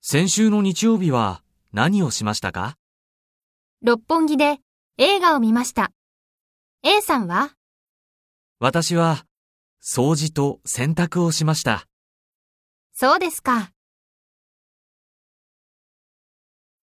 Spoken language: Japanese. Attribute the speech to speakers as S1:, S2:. S1: 先週の日曜日は何をしましたか
S2: 六本木で映画を見ました。A さんは
S1: 私は掃除と洗濯をしました。
S2: そうですか。